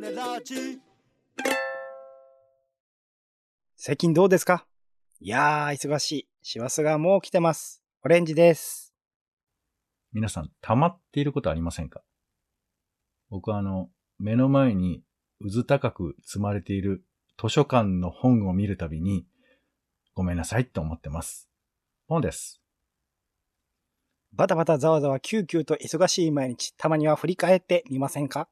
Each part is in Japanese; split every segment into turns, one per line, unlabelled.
ネラジ
最近どうですかいやー、忙しい。師走がもう来てます。オレンジです。
皆さん、溜まっていることありませんか僕はあの、目の前にうず高く積まれている図書館の本を見るたびに、ごめんなさいって思ってます。本です。
バタバタざわざわキューキューと忙しい毎日、たまには振り返ってみませんか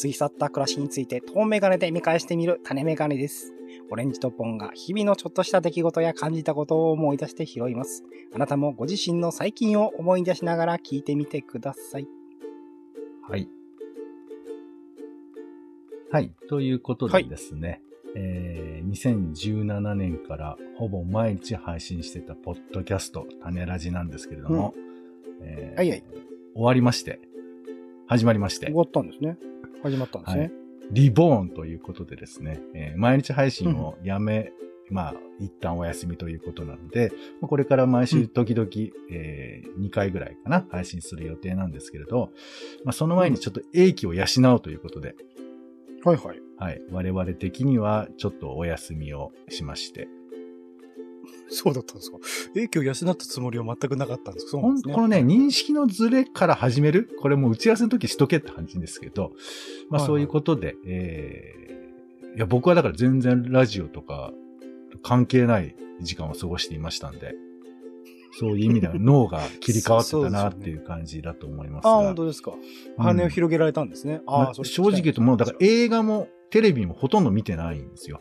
過ぎ去った暮らしについて遠メガネで見返してみる種メガネです。オレンジとポンが日々のちょっとした出来事や感じたことを思い出して拾います。あなたもご自身の最近を思い出しながら聞いてみてください。
はい。はい。ということでですね、えー2017年からほぼ毎日配信してたポッドキャスト、種ラジなんですけれども、えー
はいはい
終わりまして、始まりまして
終、わったんですね。始まったんですね。
はいリボーンということでですね、えー毎日配信をやめ、まあ、一旦お休みということなので、まあこれから毎週時々、え2回ぐらいかな、配信する予定なんですけれど、まあ、その前にちょっと英気を養うということで、
はいはい。
はい、我々的にはちょっとお休みをしまして、
そうだったんですか。え、今日養ったつもりは全くなかったんですそうな
ほ
んで
ん
すね。
このね、認識のズレから始める、これもう打ち合わせの時しとけって感じですけど、ま
はいは
あ
い
そういうことで、えーいや、僕はだから全然ラジオとか関係ない時間を過ごしていましたんで、そういう意味 では脳が切り替わってたなっていう感じだと思います
あ
が。
本当ですか。羽を広げられたんですね。
うんま
あ
あ
あ、それ
正直言うともう、だから映画もテレビもほとんど見てないんですよ。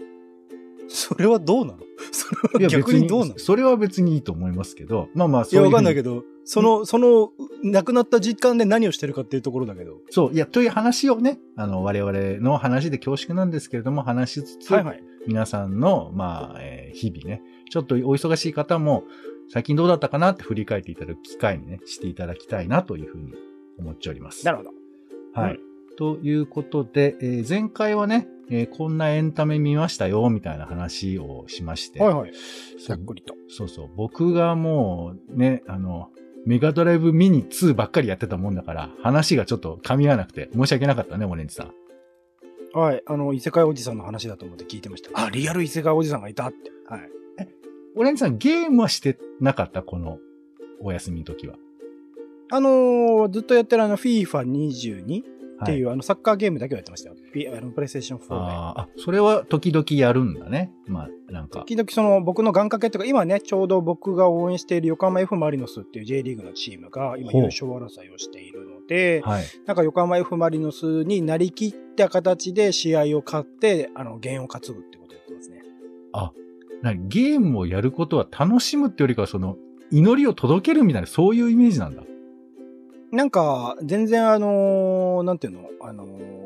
それはどうなの それは逆にどうなの
それは別にいいと思いますけど、まあまあ
い
そうい
や、
うふう
わか
に。
んないけど、その、その、亡くなった実感で何をしてるかっていうところだけど。
そう、いや、という話をね、あの、我々の話で恐縮なんですけれども、話しつつ、
はい。
皆さんの、まあ、えー日々ね、ちょっとお忙しい方も、最近どうだったかなって振り返っていただく機会にね、していただきたいなというふうに思っております。
なるほど。
はい。
うん
ということで、えー前回はね、えーこんなエンタメ見ましたよ、みたいな話をしまして、
はいはい。
そ
ざ
う
っくりと。
そうそう、僕がもうね、あの、メガドライブミニ2ばっかりやってたもんだから、話がちょっと噛み合わなくて、申し訳なかったね、オレンジさん。
はい。あの、異世界おじさんの話だと思って聞いてました。あ、リアル異世界おじさんがいたって。はい。
オレンジさん、ゲームはしてなかったこの、お休みの時は。
あのーずっとやってるあの、FIFA22
は。
っていうう、あの、サッカーゲームだけをやってましたよ。ピあのプレイステーション4で。
あーあ、それは時々やるんだね。まあ、なんか。
時々その、僕の願掛けというか、今ね、ちょうど僕が応援している横浜 F ・マリノスっていう J リーグのチームが、今
ほう
優勝争いをしているので、
はい。
なんか横浜 F ・マリノスになりきった形で試合を勝って、あの、ゲを担ぐってことやってますね。
なにゲームをやることは楽しむってよりかは、その、祈りを届けるみたいな、そういうイメージなんだ。
なんか、全然あのーなんていうの、あのー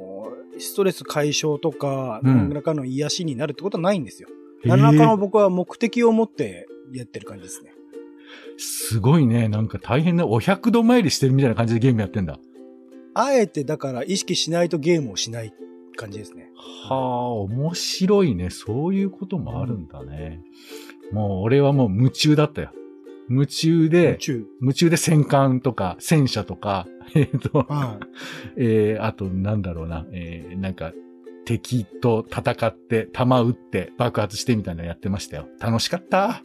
ストレス解消とか、
うん
何らかの癒しになるってことはないんですよ。何らかの
へー
僕は目的を持ってやってる感じですね。
すごいね。なんか大変な、お百度参りしてるみたいな感じでゲームやってんだ。
あえてだから意識しないとゲームをしない感じですね。
はあ、面白いね。そういうこともあるんだね。もう俺はもう夢中だったよ。夢中
宇
で、
宙。
夢中で戦艦とか戦車とか、 えっ、と、
はい。
えー、あとなんだろうな、えー、なんか敵と戦って、弾撃って爆発してみたいなのやってましたよ。楽しかった。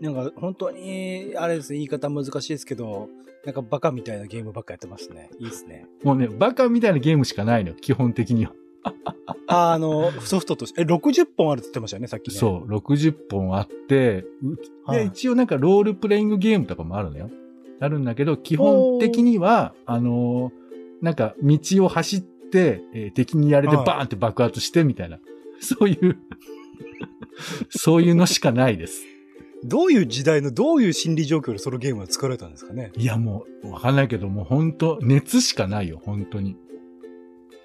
なんか本当に、あれですね、言い方難しいですけど、なんかバカみたいなゲームばっかやってますね。いいですね。
もうね、バカみたいなゲームしかないのよ、基本的には。
ああの、 ソフトとして、え、60本あるって言ってましたよね、さっきね。う。
そう、60本あって、う
はい
で一応なんかロールプレイングゲームとかもあるのよ。あるんだけど、基本的には、あのーなんか道を走って、えー敵にやれて
はい
バーンって爆発してみたいな、そういう、そういうのしかないです。
どういう時代の、どういう心理状況でそのゲームは作られたんですかね。
いや、もう、わかんないけど、もう本当熱しかないよ、本当に。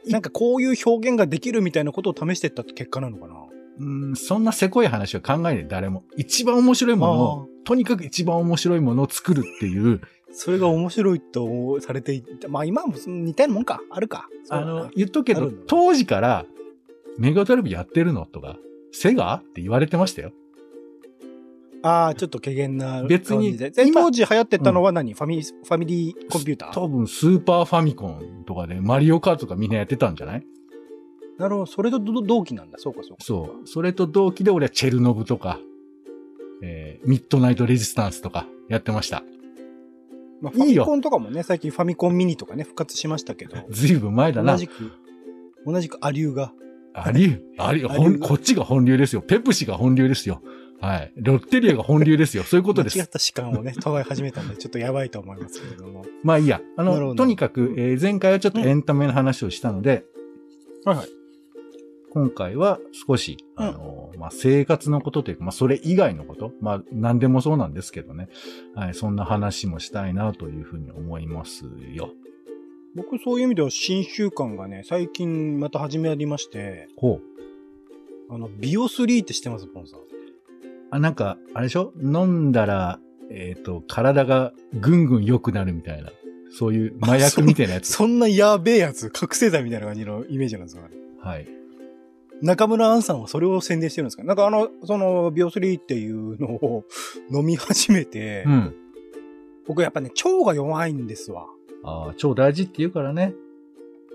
なんかこういう表現ができるみたいなことを試していった結果なのかな。
うん、そんなせこい話は考えない、誰も。一番面白いもの
あ
を、とにかく一番面白いものを作るっていう、
それが面白いとされていて、まあ今も似たようなもんか、あるか。そう
あ
だな
の、言っとくけ
あ
ど
るんだ、
当時から、メガドライブやってるのとか、セガって言われてましたよ。
ああ、ちょっと軽減な
別に
感じでえ
今
当時流行ってたのは何、ファミ、ファミリーコンピューター
多分、スーパーファミコンとかで、マリオカートとかみんなやってたんじゃない
なるほど。それとど同期なんだ。そうか、そうか。
そう。それと同期で俺はチェルノブとか、えーミッドナイトレジスタンスとかやってました。
まあ、フ
い
ァ
い
ミ
よ
コンとかもね、最近ファミコンミニとかね、復活しましたけど、
ずいぶん前だな。
同じく、同じくアリューが、
あり、あり、ほん、こっちが本流ですよ。ペプシが本流ですよ。はい。ロッテリアが本流ですよ。そういうこと
間
で
違っ
す。
た時間 をね、捉え始めたんで、ちょっとやばいと思いますけれども。
まあいいや。あ
なるほ
の、
ど
とにかく、えー前回はちょっとエンタメの話をしたので、
はいはい。
今回は少し、あの、まあ、生活のことというか、まあ、それ以外のこと、まあ、何でもそうなんですけどね。はい、そんな話もしたいなというふうに思いますよ。
僕、そういう意味では、新習慣がね、最近また始まりまして、
ほう。
あの、ビオ3って知ってます、ポンさん。
あ、なんか、あれでしょ飲んだら、えっ、と、体がぐんぐん良くなるみたいな、そういう麻薬みたいなやつ。
そんなやべえやつ、覚醒剤みたいな感じのイメージなんですよ、あれ
はい。
中村アンさんはそれを宣伝してるんですかなんかあの、その、ビオ3っていうのを 飲み始めて、
うん。
僕やっぱね、腸が弱いんですわ。
ああ、超大事って言うからね。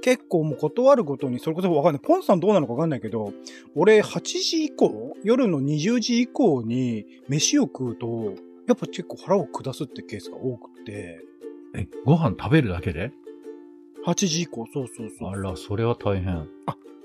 結構もう断るごとに、それこそわかんない。ポンさんどうなのかわかんないけど、俺8時以降、夜の20時以降に飯を食うと、やっぱ結構腹を下すってケースが多くて、
え、ご飯食べるだけで
8時以降、そうそうそう。
あら、それは大変。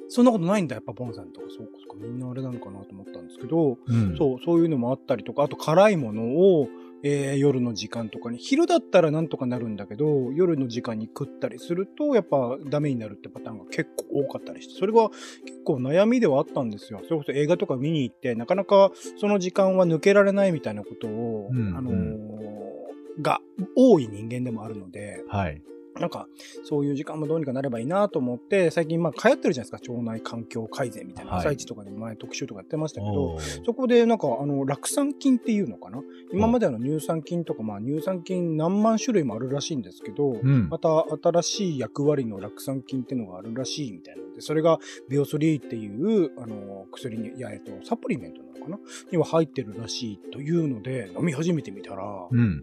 そんなことないんだ、やっぱポンさんとか、そうか、そうか、みんなあれなのかなと思ったんですけど、
うんう。
そう、そういうのもあったりとか、あと辛いものを、えー夜の時間とかに、昼だったらなんとかなるんだけど、夜の時間に食ったりすると、やっぱダメになるってパターンが結構多かったりして、それが結構悩みではあったんですよ。それこそ映画とか見に行って、なかなかその時間は抜けられないみたいなことを、
うん
あの
う
ーが多い人間でもあるので、
はい。
なんか、そういう時間もどうにかなればいいなと思って、最近、まあ、流行ってるじゃないですか、腸内環境改善みたいな、
はい
朝一とかでも前特集とかやってましたけど、
おー
そこでなんか、あの、酪酸菌っていうのかな今までの乳酸菌とか、まあ、乳酸菌何万種類もあるらしいんですけど、
うん
ま。た新しい役割の酪酸菌っていうのがあるらしいみたいなので、それがビオスリーっていう、あの、薬に、いや、えっと、サプリメントなのかなには入ってるらしいというので、飲み始めてみたら、
うん。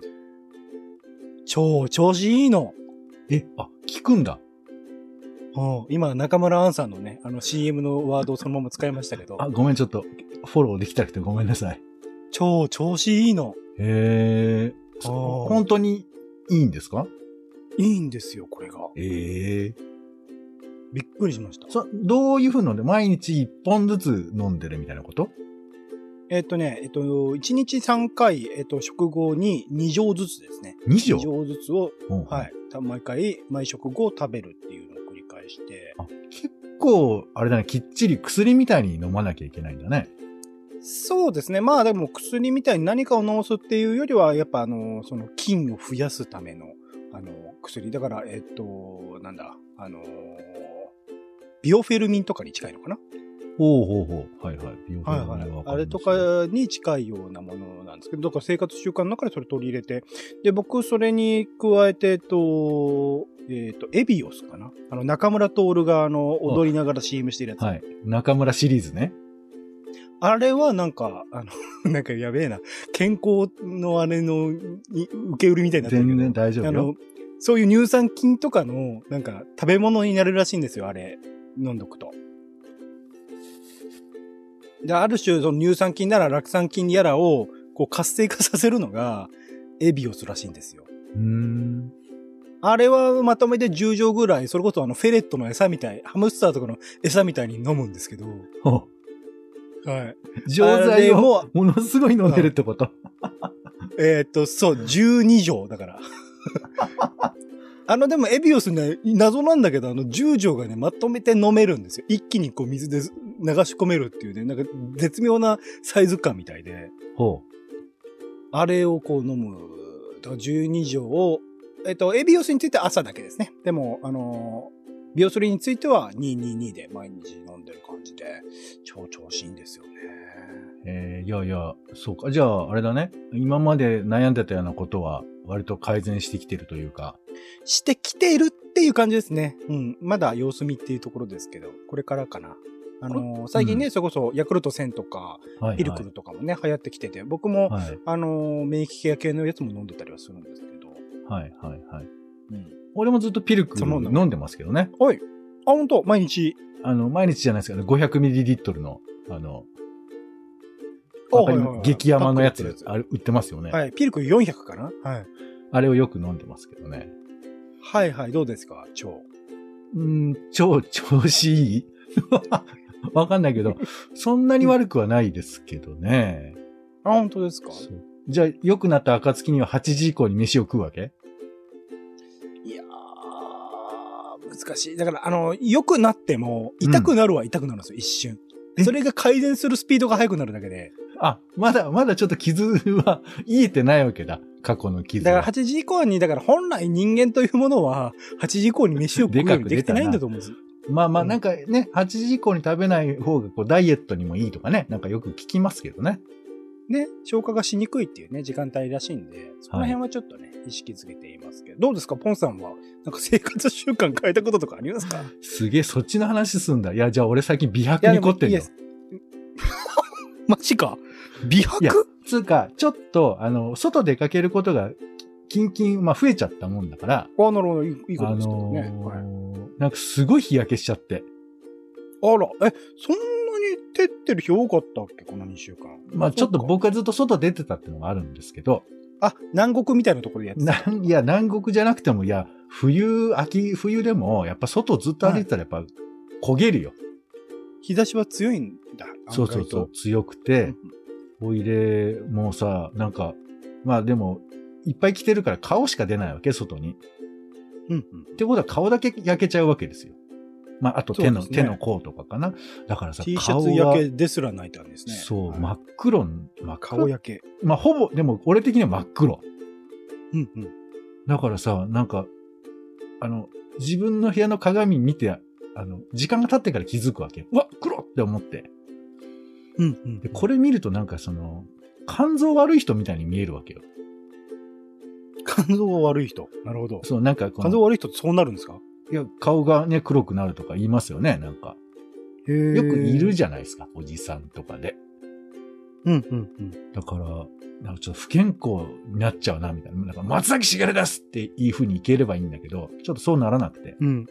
超調子いいの、
え、あ、聞くんだ。
うん今、中村アンさんのね、あの CM のワードをそのまま使いましたけど、
あ、ごめん、ちょっと、フォローできたくてごめんなさい。
超調子いいの。
へえ。
あー
本当にいいんですか
いいんですよ、これが。
ええ。
びっくりしました。
そ、どういうふうなので、毎日一本ずつ飲んでるみたいなこと
えっ、とね、えっ、と、1日3回、えっ、と、食後に2錠ずつですね。
二錠
2錠ずつを、
うん
はい。た毎回、毎食後食べるっていうのを繰り返して。
あ、結構、あれだね、きっちり薬みたいに飲まなきゃいけないんだね。
そうですね。まあでも薬みたいに何かを治すっていうよりは、やっぱあの、その菌を増やすための、あの、薬。だから、えっ、と、なんだ、あの、ビオフェルミンとかに近いのかな
ほうほうほう。はいはい。美容
はい
品
はい
わ、か
あれ
ります
とかに近いようなものなんですけど、だから生活習慣の中でそれ取り入れて、で、僕、それに加えて、えっと、えっ、と、エビオスかなあの、中村徹が、あの、踊りながら CM してるやつ。
はい。中村シリーズね。
あれは、なんか、あの、 なんかやべえな、健康のあれの、い受け売りみたいになってるけど
全然大丈夫
あ
よ
の。、そういう乳酸菌とかの、なんか、食べ物になるらしいんですよ、あれ。飲んどくと。で、ある種、その乳酸菌なら酪酸菌やらを、こう、活性化させるのが、エビオスらしいんですよ。
うーん。
あれはまとめて10錠ぐらい、それこそあの、フェレットの餌みたい、ハムスターとかの餌みたいに飲むんですけど、
ほ
はい。
う錠
あれ
剤を
も、
ものすごい飲んでるってこと。
えーっと、そう、12錠だから。あの、でも、エビオスね、謎なんだけど、あの、10錠がね、まとめて飲めるんですよ。一気にこう、水で流し込めるっていうね、なんか、絶妙なサイズ感みたいで、
ほ
あれをこう飲む、だから12錠を、えっと、エビオスについては朝だけですね。でも、あのービオスリについては222で毎日飲んでる感じで、超調子いいんですよね。
う。えー、いやいや、そうか。じゃあ、あれだね。今まで悩んでたようなことは、割と改善してきてるというか。
してきているっていう感じですね。うん。まだ様子見っていうところですけど、これからかな。あのー最近ね、それこそヤクルト1000とか、
はい、はい。
ピルクルとかもね、流行ってきてて、僕も、
はい。
あのー免疫ケア系のやつも飲んでたりはするんですけど、
はい、はい、はい。
うん。
俺もずっとピルクル
そうなんだ
飲んでますけどね。
おい、本当毎日。
あの、毎日じゃないですけど、500ml の、あの、
あ
わかり
はいはいはい
激甘のや
パック
つ、
の
あれ売ってますよね、
はい。ピルク400かなはい。
あれをよく飲んでますけどね。
はいはい。どうですか腸。
うん、超、調子い いわかんないけど、そんなに悪くはないですけどね。
あ、本当ですか
そうじゃあ、良くなった暁には8時以降に飯を食うわけ
いやー、難しい。だから、あの、良くなっても、痛くなるは痛くなるんですよ、一瞬。
え
それが改善するスピードが速くなるだけで。
あ、まだ、まだちょっと傷は癒えてないわけだ。過去の傷
だから
は。
8時以降に、だから本来人間というものは、8時以降に飯を食うようにできてないんだと思うんです。
まあまあ、
うん
なんかね、8時以降に食べない方が、こう、ダイエットにもいいとかね、なんかよく聞きますけどね。
ね、消化がしにくいっていうね、時間帯らしいんで、その辺はちょっとね、意識づけていますけど、どうですか、ポンさんは、なんか生活習慣変えたこととかありますかい
すげえ、そっちの話すんだ。いや、じゃあ俺最近美白
や
に凝ってん
で
の
もいいで。 すマジか。美
いや
白
つうか、ちょっと、あの、外出かけることが、キンキン、まあ増えちゃったもんだから、
あ、なるほど、いいいいこと
あ
ですけど
の
ね。
ー
はい
なんかすごい日焼けしちゃって。
あら、え、そんなに照ってる日多かったっけこの2週間。
まあちょっと
そうか
僕はずっと外出てたっていうのがあるんですけど、
あ、南国みたいなところでやってた。
なんいや、南国じゃなくても、いや、冬、秋、冬でも、やっぱ外ずっと歩いてたら、やっぱ焦げるよ。
日差しは強いんだ。
そうそうそう、強く
案
て
外と。。
おいで、もうさ、なんか、まあでも、いっぱい着てるから顔しか出ないわけ、外に。
うんうん。
ってことは顔だけ焼けちゃうわけですよ。まあ、あと手の、
そうです
手
ね
の甲とかかな。だからさ、
T シャ
顔
ツ
が
焼けですら泣いたんですね。
そう、
はい
真っ黒、真っ
顔
黒。
焼け。
まあ、ほぼ、でも、俺的には真っ黒。
うんうん。
だからさ、なんか、あの、自分の部屋の鏡見て、あの、時間が経ってから気づくわけ。うわ、黒って思って。
うんうん。
で、これ見るとなんかその、肝臓悪い人みたいに見えるわけよ。
肝臓が悪い人。なるほど。
そう、なんかこ
肝臓
の、
悪い人ってそうなるんですか
いや顔がね、黒くなるとか言いますよね、なんか。
へー
よくいるじゃないですか、おじさんとかで。
うんうんうん。
だから、なんかちょっと不健康になっちゃうな、みたいな。なんか、松崎しげるですっていう風にいければいいんだけど、ちょっとそうならなくて。。
うん。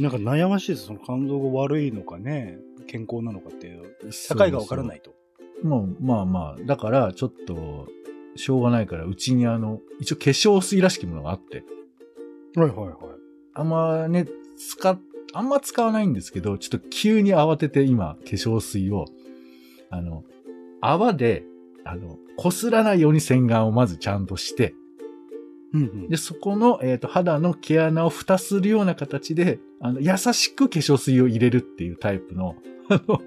なんか悩ましいです。その肝臓が悪いのかね、健康なのかっていう。境がわからないいと。
もう、まあまあ、だから、ちょっと、しょうがないから、うちにあの、一応化粧水らしきものがあって、
はいはいはい。
あんまね、使っ、あんま使わないんですけど、ちょっと急に慌てて今、化粧水を、あの、泡で、あの、擦らないように洗顔をまずちゃんとして、
うんうん
で、。そこの、えっ、と、肌の毛穴を蓋するような形で、あの、優しく化粧水を入れるっていうタイプの、あの、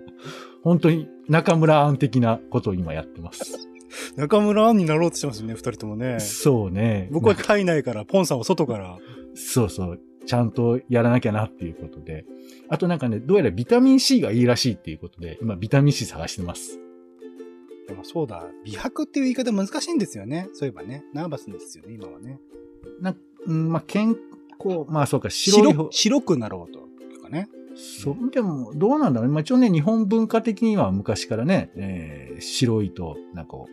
本当に中村アン的なことを今やってます。
中村アンになろうとしてますね、二人ともね。
そうね。
僕は体内から、ポンさんは外から。
そうそう。ちゃんとやらなきゃなっていうことで。あとなんかね、どうやらビタミン C がいいらしいっていうことで、今ビタミン C 探してます。
でもそうだ、美白っていう言い方難しいんですよね。そういえばね。ナーバスですよね、今はね。
な、うん、まあ、健康、まあそうか、白い
白
方
く、。白くなろうと。とかね。
そう、でも、どうなんだろう。まあ、一応ね、日本文化的には昔からね、えー白いと、なんかこ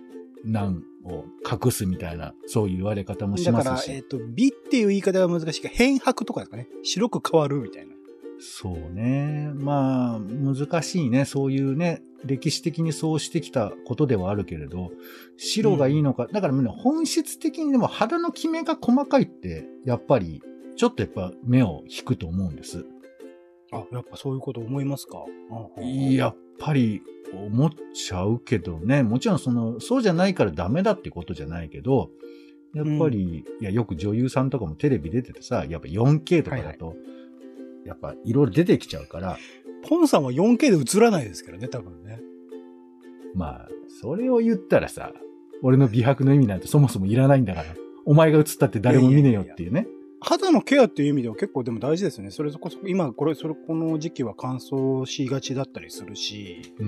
う、難を隠すみたいな、そういう言われ方もし
だ
ま
から
す、し。
えっ、と、美っていう言い方は難しいけど、変白とかですかね。白く変わるみたいな。
そうね。まあ、難しいね。そういうね、歴史的にそうしてきたことではあるけれど、白がいいのか。だから、ね、本質的にでも肌のキメが細かいって、やっぱり、ちょっとやっぱ目を引くと思うんです。
あ、やっぱそういうこと思いますか。うんうんうん
やっぱり思っちゃうけどね、もちろんその、そうじゃないからダメだってことじゃないけど、やっぱり、いや、よく女優さんとかもテレビ出ててさ、やっぱ 4K とかだと、やっぱいろいろ出てきちゃうから、
ポンさんは 4K で映らないですからね、多分ね。
まあ、それを言ったらさ、俺の美白の意味なんてそもそもいらないんだから、お前が映ったって誰も見ねえよっていうね。
肌のケアっていう意味では結構でも大事ですよね。それこそ、今、これ、それ、この時期は乾燥しがちだったりするし、
う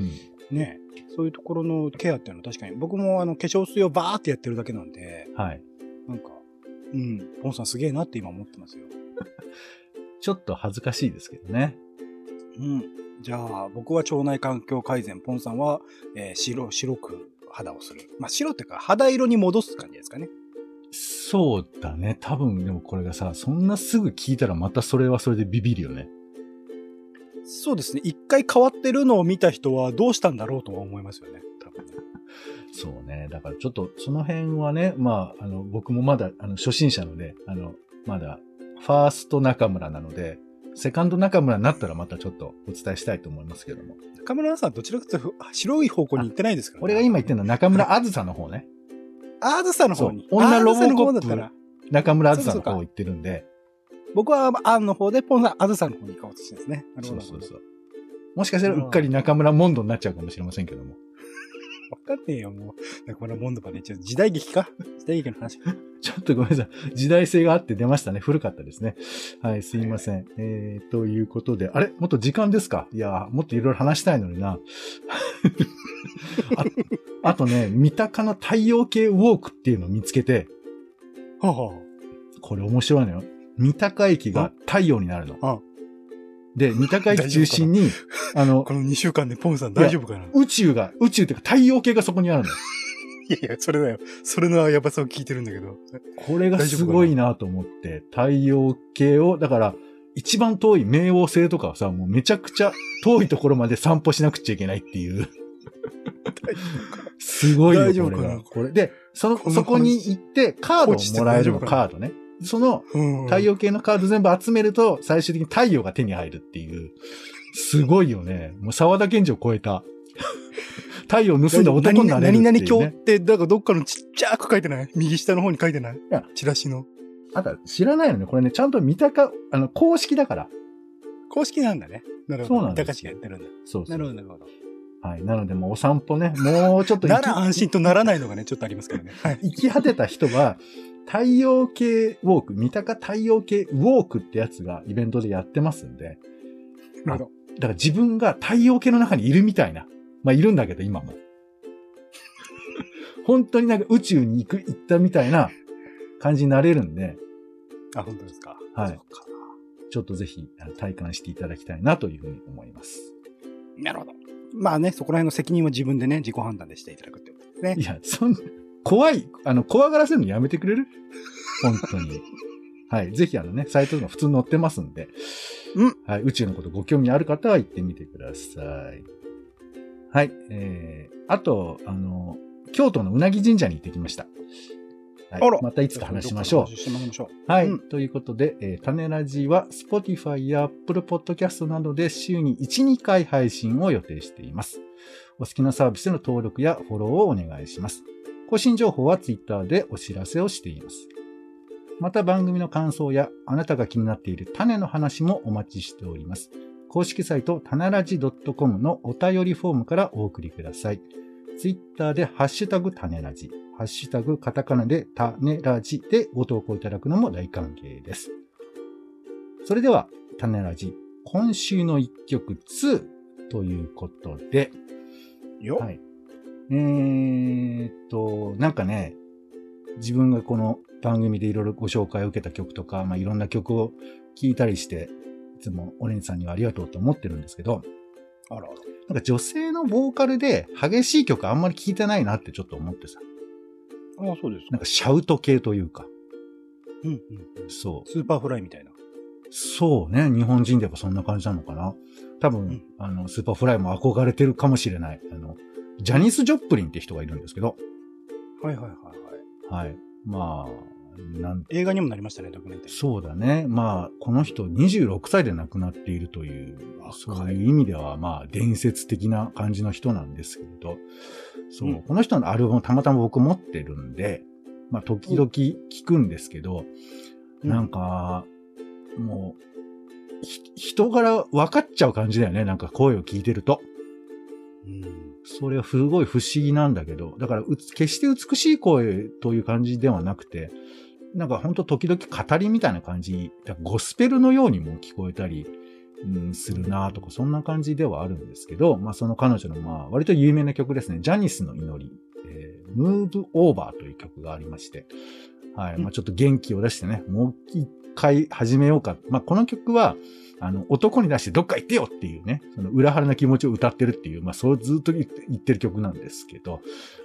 ん。
ね、そういうところのケアっていうのは確かに、僕もあの化粧水をバーってやってるだけなんで、
はい。
なんか、うん、ポンさんすげえなって今思ってますよ。
ちょっと恥ずかしいですけどね。
うん。じゃあ、僕は腸内環境改善、ポンさんは、えー白、白く肌をする。まあ、白っていうか、肌色に戻す感じですかね。
そうだね。多分、でもこれがさ、そんなすぐ聞いたらまたそれはそれでビビるよね。
そうですね。一回変わってるのを見た人はどうしたんだろうとは思いますよね。多分ね
そうね。だからちょっとその辺はね、まあ、あの、僕もまだ、あの、初心者ので、あの、まだ、ファースト中村なので、セカンド中村になったらまたちょっとお伝えしたいと思いますけども。
中村アナさんどちらかというと白い方向に行ってないですから、ね。
俺が今言ってる
の
のは中村あずさの方ね。
は、あずさの方に。
そう女ロ
あず
ボコップ
さの方だったら、
中村あずさの方行ってるんで。
僕はアンの方で、ポンさんあずさの方に行こうとしてるんですね。なる
そ
ほど。
うそうそう。もしかしたらうっかり中村モンドになっちゃうかもしれませんけども。
わかんねえよ、もう。中村モンドまで一応時代劇か時代劇の話。
ちょっとごめんなさい。時代性があって出ましたね。古かったですね。はい、すいません。えー、ということで、あれもっと時間ですかいやー、もっといろいろ話したいのにな。 ああとね、三鷹の太陽系ウォークっていうのを見つけて、
はあは
これ面白いのよ。三鷹駅が太陽になるの
あ。
で、三鷹駅中心に、あ
あ
の、
この2週間でポンさん大丈夫かない
宇宙が、宇宙っていうか太陽系がそこにあるのよ。
やいや、それだよ。それのやばさを聞いてるんだけど。
これがすごいなと思って、太陽系を、だから、一番遠い冥王星とかはさ、もうめちゃくちゃ遠いところまで散歩しなくちゃいけないっ ていう。すごいよ、
大丈
こ
夫
れ
かな
が。これで、その、
この話
そこに行って、カード
落ち
を
て
もらえる
大丈夫かな
カードね。その、
うん
太陽系のカード全部集めると、最終的に太陽が手に入るっていう。すごいよね。もう沢田賢治を超 えた。太陽を盗んだ男になれるっていう、ね。
何々教って、だからどっかのちっちゃく書いてない右下の方に書いてない
や
チラシの。
あと、知らないのね。これね、ちゃんと見たか、あの、公式だから。
公式なんだね。なるほど。
そうなんです
高橋がやってるんだ。
そうそ
な
う
るほど、なるほど。
はい。なので、もうお散歩ね、もうちょっと行
な
き
ら安心とならないのがね、ちょっとありますからね。はい。
行き果てた人は、太陽系ウォーク、三鷹太陽系ウォークってやつがイベントでやってますんで、
なるほど。
だから自分が太陽系の中にいるみたいな。まあ、いるんだけど、今 も。本当になんか宇宙に行く、行ったみたいな感じになれるんで、
あ、本当ですか。
はい
そうか
ちょっとぜひあの体感していただきたいなというふうに思います。
なるほど。まあね、そこら辺の責任は自分でね、自己判断でしていただくってことですね
い。や、そんな、怖い、あの、怖がらせるのやめてくれる本当に。はい。ぜひ、あのね、サイトにも普通に載ってますんで。
うん。
はい。宇宙のことご興味ある方は行ってみてください。はい。えー、あと、あの、京都のうなぎ神社に行ってきました。は
あら
い。またいつか話しましょ
どっかの話してみましょ
う。はい。
うん
ということで、えー、種ラジは Spotify や Apple Podcast などで週に1、2回配信を予定しています。お好きなサービスでの登録やフォローをお願いします。更新情報は Twitter でお知らせをしています。また番組の感想やあなたが気になっている種の話もお待ちしております。公式サイト、たならじ .com のお便りフォームからお送りください。Twitter でハッシュタグ種ラジ、ハッシュタグカタカナで種ラジでご投稿いただくのも大歓迎です。それでは、種ラジ、今週の一曲2ということで、
う。よ、
はい。えーっと、なんかね、自分がこの番組でいろいろご紹介を受けた曲とか、まあ、いろんな曲を聴いたりして、いつもオレンジさんにはありがとうと思ってるんですけど、
あらあら。
なんか女性のボーカルで激しい曲あんまり聴いてないなってちょっと思ってさ、
あそうです
な
か
ん。かシャウト系というか、
うんうん。
そう。
スーパーフライみたいな。
そうね。日本人でやっぱそんな感じなのかな。多分、
ん
あの、スーパーフライも憧れてるかもしれない。あの、ジャニス・ジョップリンって人がいるんですけど、
はいはいはいはい。
はい。まあ、なん
映画にもなりましたね、ドキュメンタリー。
そうだね。まあ、この人26歳で亡くなっているという、そういう意味では、まあ、伝説的な感じの人なんですけれど、そう、
うん
この人のアルバムをたまたま僕持ってるんで、まあ、時々聞くんですけど、
うん
なんか、もう、ひ人柄分かっちゃう感じだよね。なんか声を聞いてると。
うん。
それはすごい不思議なんだけど、だからうつ、決して美しい声という感じではなくて、なんかほんと時々語りみたいな感じ、だからゴスペルのようにも聞こえたり、うん、するなとか、そんな感じではあるんですけど、まあその彼女のまあ割と有名な曲ですね、ジャニスの祈り、えー、ムーブオーバーという曲がありまして、はい、まあちょっと元気を出してね、もう一回始めようか。まあこの曲は、あの、男に出してどっか行ってよっていうね、その裏腹な気持ちを歌ってるっていう、まあ、そうずっと言って言ってる曲なんですけど、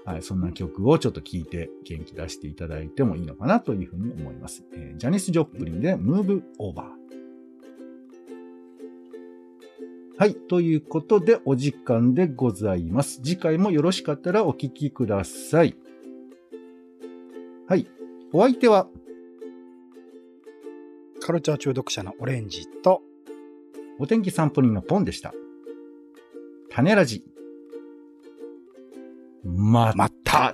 はい、そんな曲をちょっと聴いて元気出していただいてもいいのかなというふうに思います。えージャニス・ジョップリンで Move Over。はい。ということで、お時間でございます。次回もよろしかったらお聞きください。はい。お相手は、
カルチャー中毒者のオレンジと、
お天気散歩人のポンでした。種ラジ。ま
また